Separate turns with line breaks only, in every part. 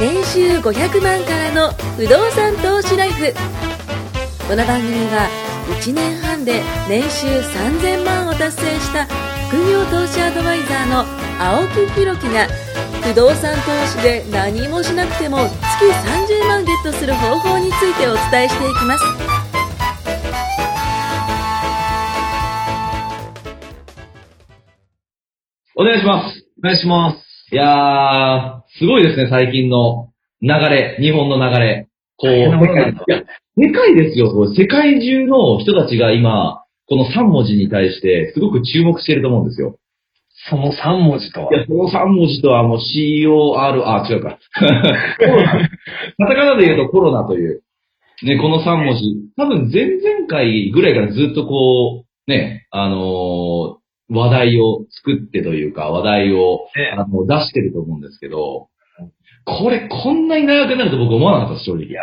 年収500万からの不動産投資ライフこの番組は1年半で年収3000万を達成した副業投資アドバイザーの青木弘樹が不動産投資で何もしなくても月30万ゲットする方法についてお伝えしていきます
お願いします。
お願いします。
いやー、すごいですね、最近の流れ、日本の流れ。こう、
大変なことなんだ
いや世界ですよ、こう世界中の人たちが今、この3文字に対して、すごく注目してると思うんですよ。。
その3文字とはい
や、この3文字とはもう COR、あ、違うか。コロナ。 カタカナで言うとコロナという。ね、この3文字。多分前々回ぐらいからずっとこう、ね、あのー話題を作ってというか、話題を
ね
あの、出してると思うんですけど、これこんなに長くなると僕思わなかったです、正
い
直。
や、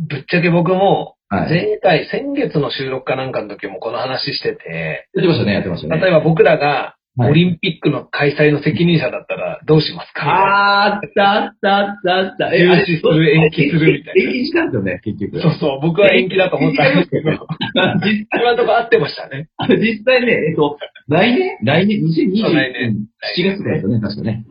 ぶっちゃけ僕も、
はい。
前回、先月の収録かなんかの時もこの話してて、
やってましたね、やってましたね。
例えば僕らが、
はい
オリンピックの開催の責任者だったらどうしますか
あー、あった、あった、あった、あった。
中止する延期するみたいな
延期したんですよね、結局。
そうそう、僕は延期だと思ったんです けど、
実
今のところ合ってましたね。
あれ実際ね、えっと、来年来年、2021
そう
年
来年
7月からですよね、確かね。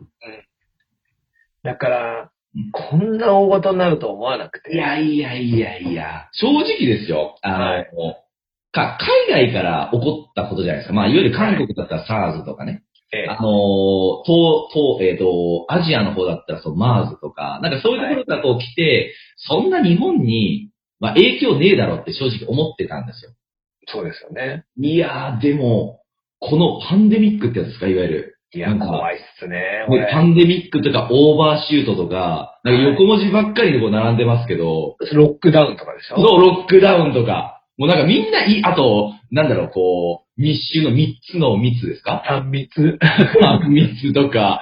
だから、こんな大事になると思わなくて。
いやいやいやいや、正直ですよ。あの、
はい
か海外から起こったことじゃないですか。まあ、いわゆる韓国だったら SARS とかね。
ええ
あのー、東、東、えっ、と、アジアの方だったら、そう、マーズとか、なんかそういうところからこう来て、そんな日本に、まあ、影響ねえだろうって正直思ってたんですよ。
そうですよね。
いやー、でも、このパンデミックってやつですか、いわゆる。
いや、
なんか
怖いっすね。
こう
俺
パンデミックとか、オーバーシュートとか、なんか横文字ばっかりでこう並んでますけど、
ロックダウンとかでしょ
そう、ロックダウンとか、もうなんかみんないい、あと、なんだろう、こう、密集の3つの密です か
3密。
まあ、密とか、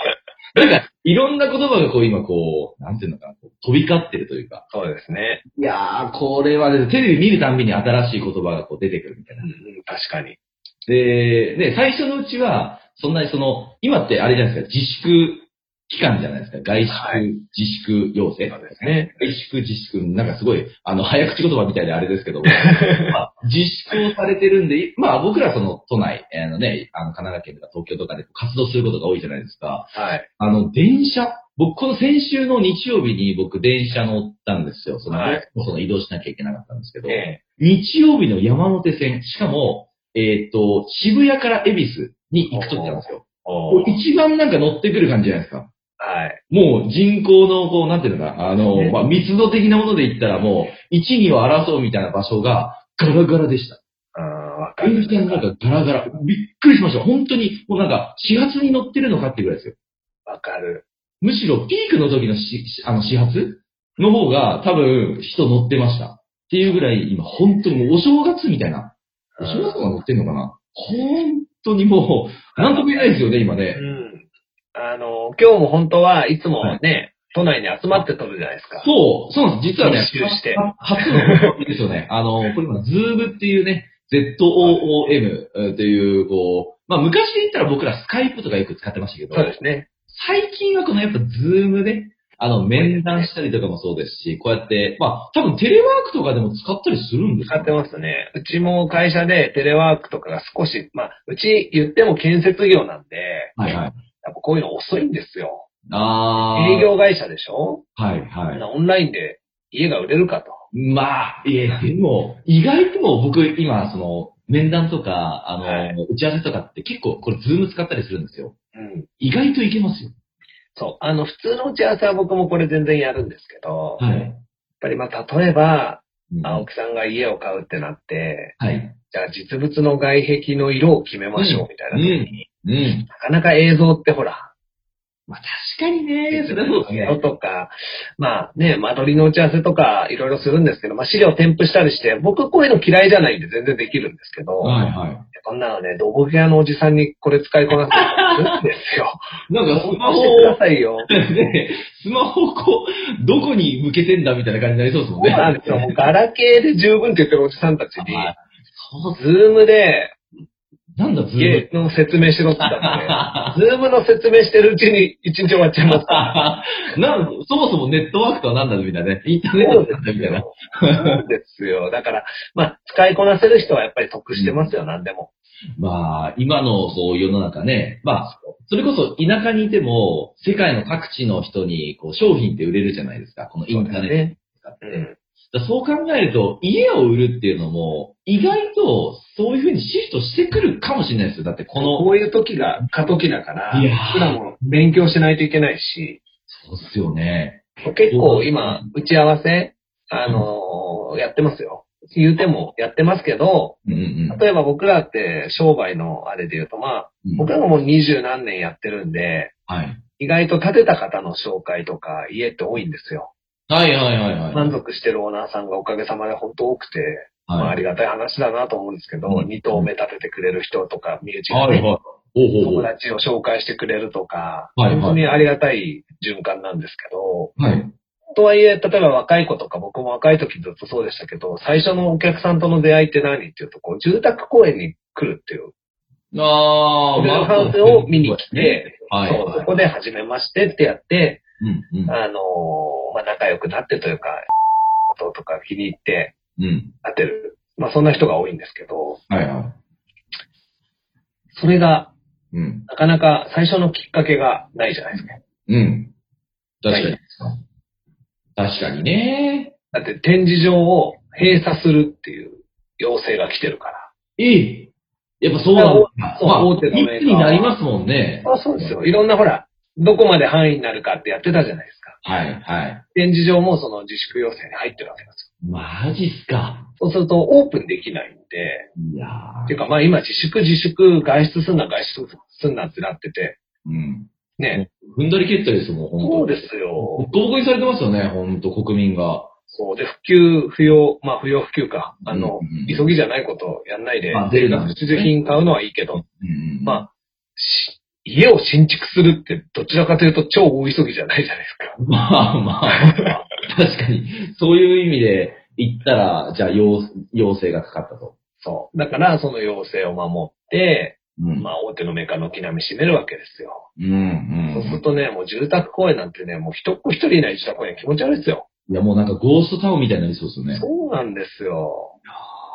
なんか、いろんな言葉がこう今こう、なんていうのかな、こう飛び交ってるというか。
そうですね。
いやー、これはね、テレビ見るたんびに新しい言葉がこう出てくるみたいな
う。ん、確かに。
で、ね、最初のうちは、そんなにその、今ってあれじゃないですか、自粛期間じゃないですか、外出、
はい
自粛要請。
そうですね。
自粛自粛、なんかすごい、あの、早口言葉みたいであれですけ ども、まあ自粛をされてるんで、まあ僕らその都内、あのね、あの神奈川県とか東京とかで活動することが多いじゃないですか。
はい。
あの、電車、僕、この先週の日曜日に僕、電車乗ったんですよ。その、
はい
その移動しなきゃいけなかったんですけど、
ええ
日曜日の山手線、しかも、えーっと、渋谷から恵比寿に行くときなんですよ。
おー
一番なんか乗ってくる感じじゃないですか。
はい。
もう人口の、こう、なんていうのか、あの、
ね
まあ、密度的なもので言ったらもう、1、2を争うみたいな場所が、ガラガラでした。
あーわか
電
る。
車の中ガラガラ。びっくりしました。本当に、もうなんか、始発に乗ってるのかってぐらいですよ。
わかる。
むしろピークの時のしあの始発の方が多分人乗ってました。っていうぐらい今本当にもうお正月みたいな。お正月とか乗ってんのかな本当にもう、なんとも言えないですよね、今
う
ね。
ん。あの、今日も本当はいつもね、都内に集まって撮るじゃないですか。
そう、そうなんです。実はね
密集して、
初の試みですよね。 あの、これ今、ズームっていうね、ZOOM という、こう、まあ昔で言ったら僕らスカイプとかよく使ってましたけど、
そうですね。
最近はこのやっぱズームで、あの、面談したりとかもそうですし、こうやって、まあ、多分テレワークとかでも使ったりするんです
使
か
ってますね。うちも会社でテレワークとかが少し、まあ、うち言っても建設業なんで、
はいはい。
やっぱこういうの遅いんですよ。
あー。
営業会社でしょ
はいは
オンラインで家が売れるかと。
い。まあ、いえ、でも、意外ともう僕今、その、面談とか、あの、
はい
打ち合わせとかって結構これズーム使ったりするんですよ。
うん。
意外といけますよ。
そう。あの、普通の打ち合わせは僕もこれ全然やるんですけど、やっ
はい。
ぱりまあ、例えば、
うん
青木さんが家を買うってなって、
はい。
じゃあ実物の外壁の色を決めましょうみたいな時に、
うん。
なかなか映像ってほら、
まあ、確かにね、それはそうです
色
ね。
とか、まあね、間取りの打ち合わせとかいろいろするんですけど、まあ資料添付したりして、僕こういうの嫌いじゃないんで全然できるんですけど、
はいは
こんなのね、どこ屋のおじさんにこれ使いこなすんですよ。
い。なんか、スマホ
教えてくださいよ。
ね、 スマホをこう、どこに向けてんだみたいな感じになりそうですもん
そう
ね。
なんですよ。もうガラケーで十分って言ってるおじさんたちに、
はいそう
ズームで、
なんだ、ズーム
家。の説明しろって言ったんで、ズームの説明してるうちに一日終わっちゃいますから。
なんそもそもネットワークとは何だみたいなね。インターネットとは何だみたいな。
そうですよ。だから、まあ、使いこなせる人はやっぱり得してますよ、何でも。
まあ、今のそういう世の中ね、まあ、それこそ田舎にいても、世界の各地の人にこう商品って売れるじゃないですか、このインターネットを使って。
うん。
だからそう考えると、家を売るっていうのも、意外とそういうふうにシフトしてくるかもしれないですよ。だってこの、
こういう時が過渡期だから、
いやー
僕らも勉強しないといけないし、
そうっすよね。
結構今、打ち合わせ、あのーやってますよ。言うてもやってますけど、
うんうん
例えば僕らって商売のあれで言うと、まあ、
うん。
僕らももう二十何年やってるんで、
はい。
意外と建てた方の紹介とか家って多いんですよ。
はいはいはいはい。
満足してるオーナーさんがおかげさまで本当多くて、まあ、
は
あ
い。
りがたい話だなと思うんですけど、
うん
二頭目立ててくれる人とか、身内が
はいはい。
ね、
ほうほうほ
友
う。
達を紹介してくれるとか、
はいはい
本当にありがたい循環なんですけど、
はい。
とはいえ、例えば若い子とか、僕も若い時ずっとそうでしたけど、最初のお客さんとの出会いって何っていうと、こう、住宅公園に来るっていう、
あー、
モデルハウスを見に来て、
はいはい。
そうそこで初めましてってやって、
うんうん
あのーまあ、仲良くなってというか、こととか気に入って
うん。
当てる。まあ、そんな人が多いんですけど、
はいは
それが
い。うん。
なかなか最初のきっかけがないじゃないですか。
うん。確かに。確かにね。
だって展示場を閉鎖するっていう要請が来てるから。
いい。やっぱそうなんだ。
そう
まあ、
大手のメーカー
一気になりますもんね。
あそうですよ。いろんなほら、どこまで範囲になるかってやってたじゃないですか。
はいはい。
展示場もその自粛要請に入ってるわけです
マジっすか。
よ。そうするとオープンできないんで、
いや
っていうかまあ今自粛自粛、外出すんな外出すんなってなってて、
うん。
ね。
踏んだり蹴ったりですもん、
そう
本当に。
ですよ。
ボコボコにされてますよね、本当国民が。
そう。で、普及、不要、まあ不要不急か。あの、
うんうん
急ぎじゃないことやんないで
まあ、出るな
必需品買うのはいいけど、
うん
まあ、し家を新築するって、どちらかというと超大急ぎじゃないじゃないで
まあまあ、確かに。そういう意味で言ったら、じゃあ、要、要請がかかったと。
すか。そう。だから、その要請を守って、
うん
まあ、大手のメーカーの軒並み締めるわけですよ。
うんうん
そうするとね、もう住宅公園なんてね、もう一っ子一人いない自宅公園気持ち悪いですよ。
いや、もうなんかゴーストタウンみたいになりそうですよね。
そうなんですよ。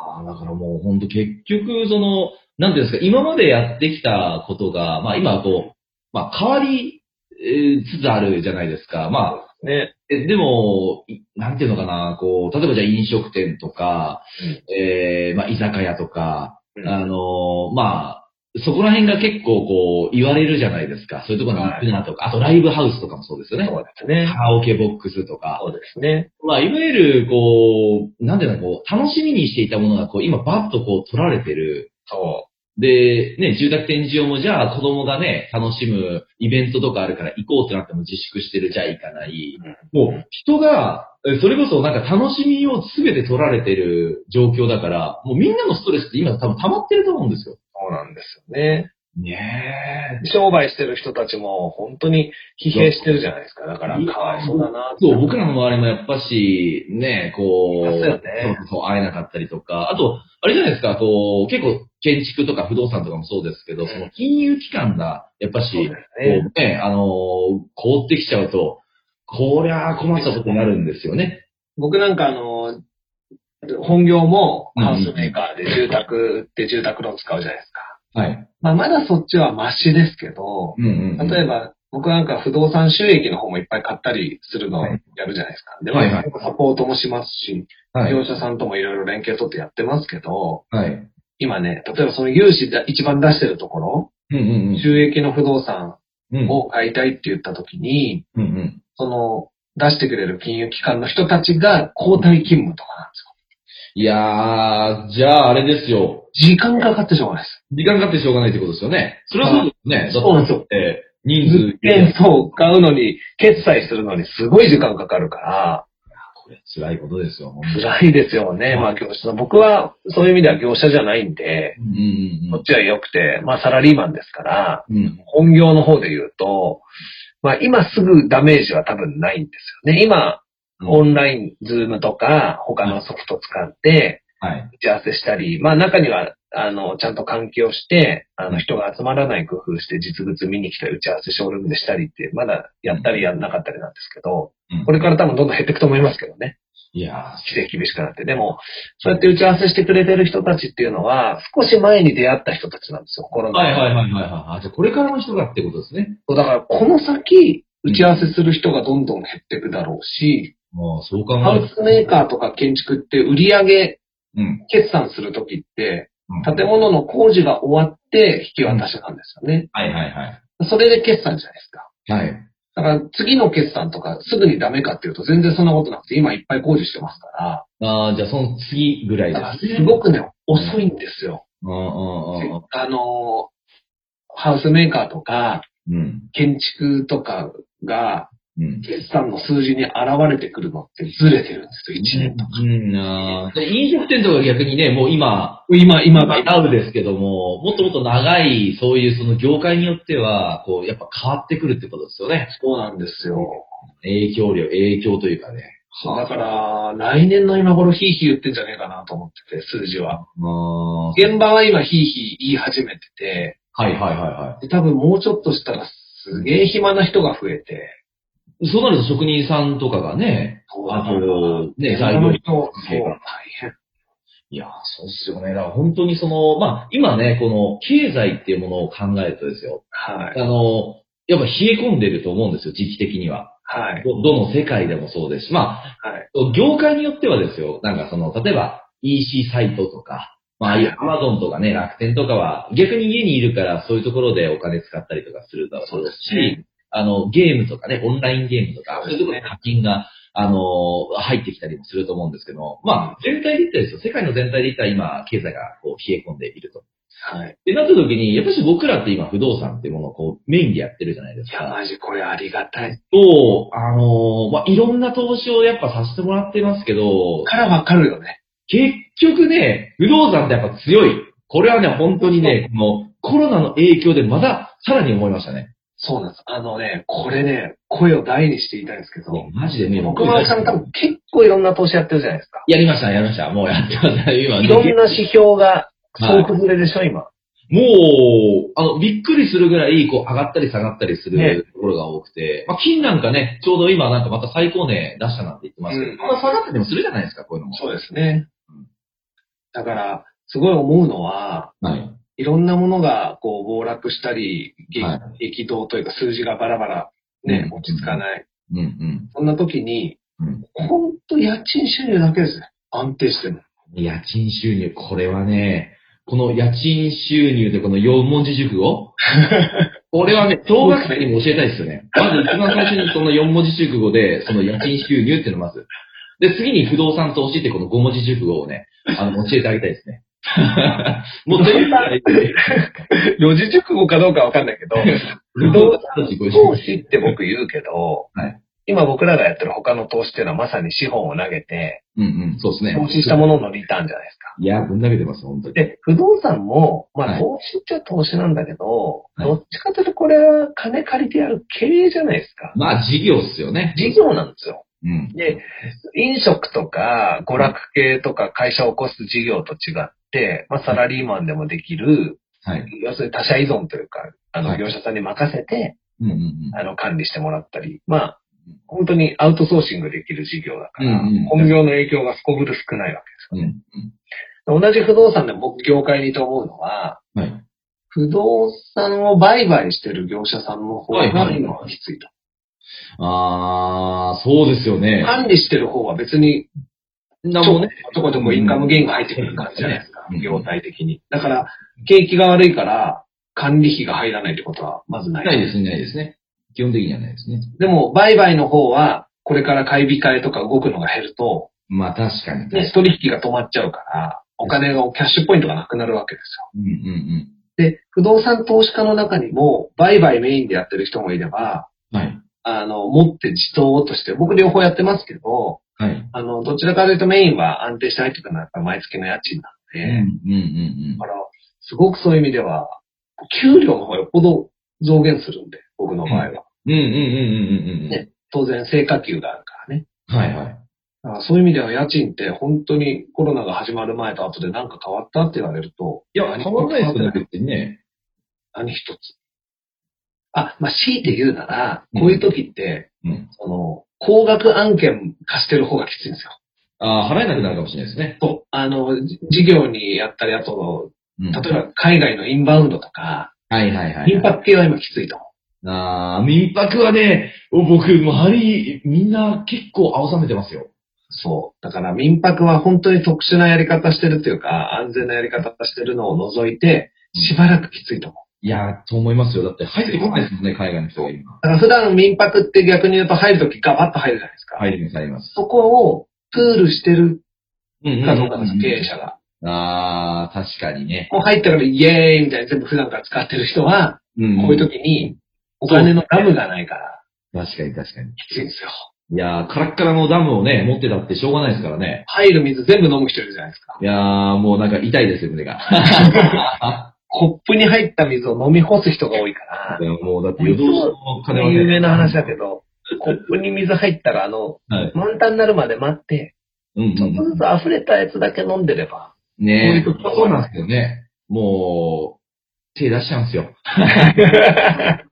ああ、だからもうほんと結局、その、なんていうんですか、今までやってきたことが、まあ今はこう、まあ変わり、えーつつあるじゃないですか。まあ、
ね。
えでも、いなんていうのかな、こう、例えばじゃあ飲食店とか、えーまあ居酒屋とか、
うん
あのーまあ、そこら辺が結構こう、言われるじゃないですか。そういうところに行くなとか、あとライブハウスとかもそうですよね。
そうですね
カ。ラオケボックスとか。
そうですね。
まあ、いわゆる、こう、なんていうの、こう、楽しみにしていたものが、こう、今、バッとこう、取られてる。
そ
で、ね、住宅展示場も、じゃあ、子供がね、楽しむイベントとかあるから行こうってなっても自粛してる、じゃあ行かない。もう、人が、えそれこそなんか楽しみを全て取られてる状況だから、もうみんなのストレスって今多分溜まってると思うんですよ。
う。そうなんですよね。
ねえ。
商売してる人たちも本当に疲弊してるじゃないですか。だから、かわいそうだな
そう、僕らの周りもやっぱし、ね、こう、
いますよね
そうそう、会えなかったりとか、あと、あれじゃないですか、こう、結構、建築とか不動産とかもそうですけど、その金融機関が、やっぱ
そう
し、
で
こ
すね。
うね、あのー凍ってきちゃうと、こりゃ困ったことになるんですよね。
僕なんかあの、本業もハウスメーカーで住宅で住宅ローン使うじゃないですか。
はい。
まあまだそっちはマシですけど
う、んうん。
例え
ば、
ば僕なんか不動産収益の方もいっぱい買ったりするのをやるじゃないですか。で、ま
はいはい
あサポートもしますし、
はい。
業者さんともいろいろ連携取ってやってますけど、
はい。
今ね、例えばその融資だ一番出してるところ、
うんうん
収益の不動産
うん。うん
を買いたいって言った時に、
うんうん。
その出してくれる金融機関の人たちが交代勤務とかなんですよ。
いやー、じゃああれですよ。
時間がかかってしょうがないです。
時間かかってしょうがないってことですよね。それはそうですね。
そうなんです
だって、人数入れて
ね、そう、買うのに、決済するのにすごい時間かかるから、
これ辛いことですよ、本当に
辛いですよね。まあ業者の、僕はそういう意味では業者じゃないんで、
うん
こっちは良くて、まあサラリーマンですから、
うんうん。
本業の方で言うと、まあ今すぐダメージは多分ないんですよね。今、
うん
オンライン、ズームとか、他のソフト使って、
はい。
打ち合わせしたり、まあ中にはあの、ちゃんと換気をして、あの、人が集まらない工夫して実物見に来たり、打ち合わせショールームでしたりって、まだやったりやんなかったりなんですけど、
うん
これから多分どんどん減っていくと思いますけどね。
いや
規制厳しくなって。でも、そうやって打ち合わせしてくれてる人たちっていうのは、少し前に出会った人たちなんですよ、コロ
ー。
ナ。
はいはいはいはいはい。あ、じゃあこれからの人がってことですね。
そうだから、この先、打ち合わせする人がどんどん減っていくだろうし、
もうそう考
ハ
える
ウスメーカーとか建築って売り上げ
うん。
決算するときって、
うん
建物の工事が終わって引き渡しなんですよね。
はいはいはい。
それで決算じゃないですか。
はい。
だから次の決算とかすぐにダメかっていうと全然そんなことなくて今いっぱい工事してますか
ああ、じゃあその次ぐらい
ら、
で
だから
すね。
すごくね、遅いんですよ。
うんうんうん
あのー、ハウスメーカーとか
うん。
建築とかが
うん。うん。
決算の数字に現れてくるのってずれてるんですよ、1年とか。
うん、あーで飲食店とか逆にね、もう今、
今、今が。
合うですけども、もっともっと長い、そういうその業界によっては、こう、やっぱ変わってくるってことですよね。
そうなんですよ。
影響量、影響というかね。
そうだから、来年の今頃ヒーヒー言ってんじゃねえかなと思ってて、数字
あ
は。
ーは
現場は今ヒーヒー言い始めてて、
いはいはいは
で多分もうちょっとしたらすげえ暇な人が増えて、
い。そうなると職人さんとかがね、あと、ね、
そ
材料
の人、そう、
系が
大変。
いやー、そうっすよね。だから本当にその、まあ、今ね、この経済っていうものを考えるとですよ。
はい。
あの、やっぱ冷え込んでると思うんですよ、時期的には。
はい。
どどの世界でもそうですし、ま
はい。
あ、業界によってはですよ、なんかその、例えば EC サイトとか、まあ、ああいうアマゾンとかね、楽天とかは、逆に家にいるからそういうところでお金使ったりとかするだろうです
そうです
し、あの、ゲームとかね、オンラインゲームとか、
そ
そうう
ですね
いうところに課金が、あのー入ってきたりもすると思うんですけど、まあ、全体で言ったらですよ、世界の全体で言ったら今、経済がこう冷え込んでいると。
はい。
で、なった時に、やっぱし僕らって今、不動産っていうものをこう、メインでやってるじゃないです
い
か。
や、マジこれありがたい。
と、あのーまあ、いろんな投資をやっぱさせてもらってますけど、
からわかるよね。
結局ね、不動産ってやっぱ強い。これはね、本当にね、このコロナの影響でまださらに思いましたね。
そうなんです。あのね、これね、声を大にして言いたいんですけど、
マジでね、
僕はさん多分結構いろんな投資やってるじゃないですか。
やりました、やりました。もうやってます。今
いろんな指標が、そう崩れでしょ、今。
もう、あの、びっくりするぐらい、こう、上がったり下がったりす
ね
るところが多くて、まあ、金なんかね、ちょうど今なんかまた最高値出したなんて言ってますけど、
うん
まあ、下がっててもするじゃないですか、こういうのも。
そうですね
うん。
だから、すごい思うのは、
はい。
いろんなものがこう暴落したり、激
はい
激動というか数字がバラバラ、ね、
うん
落ち着かない。
うんうん。
そんな時に、
うん
ほんと家賃収入だけですね。安定してるの。
家賃収入、これはね、この家賃収入でこの四文字熟 語これはね、小学生にも教えたいですよね。まず一番最初にその四文字熟語で、その家賃収入っていうのをまず。で、次に不動産投資ってこの五文字熟語をね、あの、教えてあげたいです ね。もう全部やりたい、
四字熟語かどうかわかんないけど、
不動産投資ご一緒
投
に
資って僕言うけど、
はい
今僕らがやってる他の投資っていうのはまさに資本を投げて、
うんうん、そうですね。
投資したもののリターンじゃないですか。
いや、ぶん投げてます、本当に。
で、不動産も、ま
は
あ
い
投資っちゃ投資なんだけど、
はい
どっちかというとこれは金借りてやる経営じゃないですか。
まあ、事業っすよね。
事業なんですよ。
うん。
で、飲食とか娯楽系とか会社を起こす事業と違って、まあ、サラリーマンでもできる、
はい。
要するに他社依存というか、あ
は
の、
い
業者さんに任せて、
うんうんうん。
あの、管理してもらったり、まあ、本当にアウトソーシングできる事業だから、
うんうん
本業の影響がすこぶる少ないわけ
う
で
ん
すよね。
うん。
同じ不動産で僕業界にと思うのは、
はい。
不動産を売買してる業者さんの方
はいは
が
い
今はきついと。
あー、そうですよね。
管理してる方は別に
なん
ちょ
もね。
ちょこちょこインカムゲインが入ってくる感じじゃないですか
う、ん
業態的に。だから、景気が悪いから、管理費が入らないってことはまずない。
ないですね、ないですね。基本的にはないですね。
でも、売買の方は、これから買い控えとか動くのが減ると、
まあ確かに。
ね、取引が止まっちゃうから、お金が、キャッシュポイントがなくなるわけですよ。
うんうん
で、不動産投資家の中にも、売買メインでやってる人もいれば、
うん。はい。
あの、持って自投として、僕両方やってますけど、
はい。
あの、どちらかというとメインは安定して入ってくるのはやっぱ毎月の家賃なんで、
うんうんうんうん
だ。から、すごくそういう意味では、給料の方がよっぽど増減するんで、僕の場合
う
は。
んうんうんうんうんうん。
ね当然、成果給があるからね。
はいはい。
だからそういう意味では家賃って本当にコロナが始まる前と後で何か変わったって言われると、
いや、変わんないですよね、別にね。
何一つ。あ、まあ、強いて言うなら、こういう時って、
うん。
その、高額案件貸してる方がきついんですよ。
ああ、払えなくなるかもしれないですね。
そう。あの、じ事業にやったり、あと、
うん。
例えば海外のインバウンドとか、
はいはいはい、
民
はい。
泊系は今きついと思う。
ああ、民泊はね、僕、周り、みんな結構青ざめてますよ。
そう。だから民泊は本当に特殊なやり方してるっていうか、安全なやり方してるのを除いて、しばらくきついと思う。
いやー、と思いますよ。だって入ってこないですもんね、海外の人が今。
だから普段民泊って逆に言うと入るときガバッと入るじゃないですか。
入ります、入ります。
そこをプールしてる
うん
かどうかです、経営者が。
ああ、確かにね。
もう入ったからイエーイみたいに全部普段から使ってる人は、
うん
こういう時にお金のダムがないから、
確かに確かに。
きついんですよ。
いやー、カラッカラのダムをね、持ってたってしょうがないですからね。
入る水全部飲む人いるじゃないですか。
いやー、もうなんか痛いですよ、 胸が。
コップに入った水を飲み干す人が多いから
い、やもうだって夜通しの金はね。
有名な話だけど、コップに水入ったら、あの、
はい。
満タンになるまで待って、
うん
ちょっとずつ溢れたやつだけ飲んでれば、
うん。ねえ
こういう時
そうなんですよね。もう、手出しちゃうんです よ。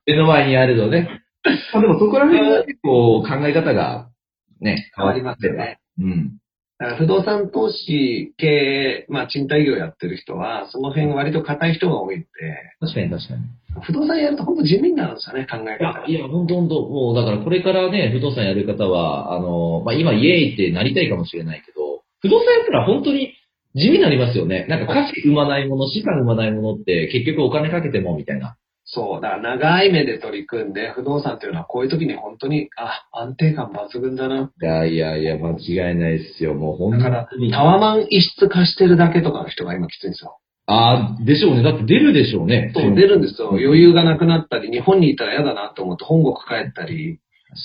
目の前にあるのね。まあでもそこら辺は結構考え方がね、
変わりますよ。ね。
うん。
だから不動産投資経営、まあ賃貸業やってる人は、その辺割と硬い人が多いんで、
確かに確かに。
不動産やるとほんと地味になるんですよね、考え
いや
方、
いや、ほんとほんと、もうだからこれからね、不動産やる方は、あの、まあ、今イエーイってなりたいかもしれないけど、不動産やったら本当に地味になりますよね。なんか価値生まないもの、資産生まないものって結局お金かけてもみたいな。
そう、だから長い目で取り組んで、不動産っていうのはこういう時に本当に、あ、安定感抜群だな。
いやいやいや、間違いないですよ。もう本
だから
当に。
タワマン一室貸してるだけとかの人が今きついんですよ。
ああ、でしょうね。だって出るでしょうね。
そう、出るんですよ。余
裕。
裕がなくなったり、日本にいたら嫌だなと思って本国帰ったり、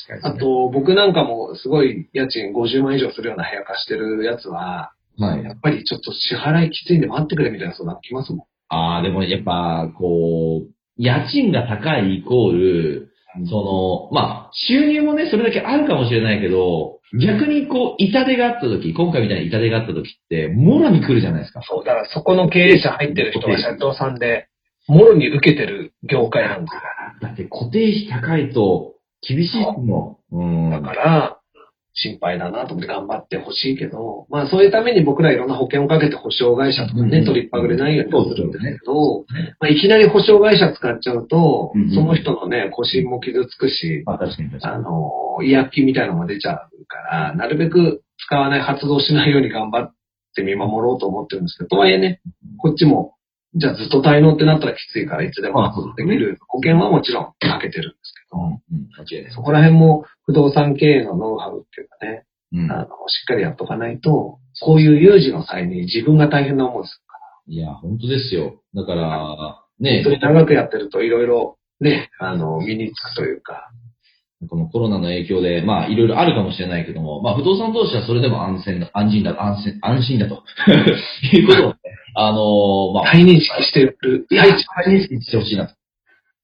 確か
あ
に、ね。
と、僕なんかもすごい家賃50万以上するような部屋貸してるやつは、
はい。
やっぱりちょっと支払いきついんで待ってくれみたいな相談来ますもん。
ああ、でもやっぱ、こう、家賃が高いイコール、その、まあ、収入もね、それだけあるかもしれないけど、逆にこう、痛手があった時、今回みたいに痛手があった時って、もろに来るじゃないですか。
そう、だからそこの経営者入ってる人は社長さんで、もろに受けてる業界なんですよ
だって固定費高いと、厳しいもん。うん。
だから、心配だなと思って頑張ってほしいけど、まあそういうために僕らいろんな保険をかけて保証会社とか
うんう
ね、
ん
取りっぱぐれないようにするんですけど
ね、
まあいきなり保証会社使っちゃうと
うんうん、
その人のね、腰も傷つくし、
まあ、確かに確か
あの、違約金みたいなのも出ちゃうから、なるべく使わない、発動しないように頑張って見守ろうと思ってるんですけど、とはいえね、こっちも、じゃあずっと滞納ってなったらきついから、いつで
まあそう
も
で
ですき
ね
る。保険はもちろんかけてるんですけど、
に。うん。間違いない。
そこら辺も不動産経営のノウハウっていうかね、
うん
あの、しっかりやっとかないと、こういう有事の際に自分が大変な思いです
いや、本当ですよ。だから、
る。
ね
そ、れ長くやってるといろいろね、あの、身につくというか、
このコロナの影響で、まあ、いろいろあるかもしれないけども、まあ、不動産投資はそれでも安全だ、安心だ、安心、安心だと。 いうことをね、あのーまあ、
再認識してる。
いや、
再
一番認識してほしいなと、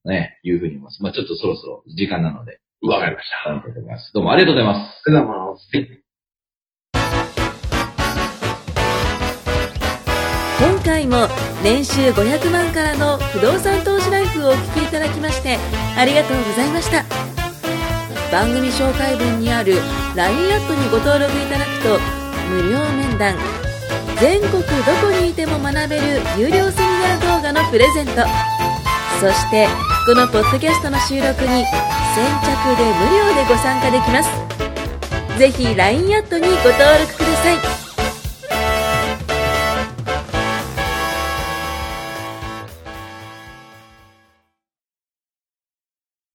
ね、いうふうに思います。まあ、ちょっとそろそろ時間なので、
わかりました。
ありがとうございます。どうもありがとうございます。
それではまあ、
今回も年収500万からの不動産投資ライフをお聞きいただきましてありがとうございました番組紹介文にある LINE アットにご登録いただくと無料面談全国どこにいても学べる有料セミナー動画のプレゼントそしてこのポッドキャストの収録に先着で無料でご参加できますぜひ LINE アットにご登録ください